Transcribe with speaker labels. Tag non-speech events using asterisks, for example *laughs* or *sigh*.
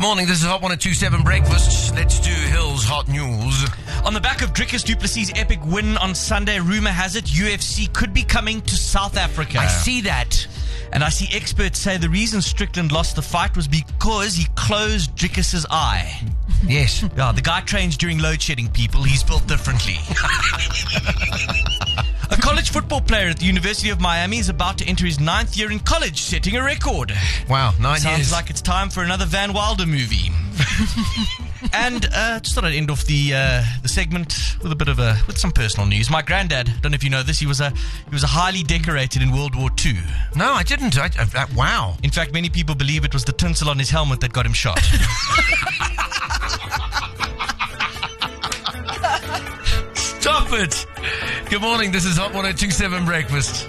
Speaker 1: morning. This is Hot 1027 Breakfast. Let's do Hill's Hot News.
Speaker 2: On the back of Drickus Duplessis' epic win on Sunday, rumor has it UFC could be coming to South Africa.
Speaker 1: I see that.
Speaker 2: And I see experts say the reason Strickland lost the fight was because he closed Drickus' eye.
Speaker 1: Yes.
Speaker 2: Yeah, the guy trains during load shedding, people. He's built differently. *laughs* a college football player at the University of Miami is about to enter his ninth year in college, setting a record.
Speaker 1: Wow, nine
Speaker 2: Sounds
Speaker 1: years.
Speaker 2: like it's time for another Van Wilder movie. and uh, just thought I'd end off the uh, the segment with a bit of a with some personal news. My granddad, don't know if you know this, he was a he was a highly decorated in World War II.
Speaker 1: no, I didn't. I, I, I- wow.
Speaker 2: In fact, many people believe it was the tinsel on his helmet that got him shot.
Speaker 1: Stop it. Good morning. This is Hot 1027 Breakfast.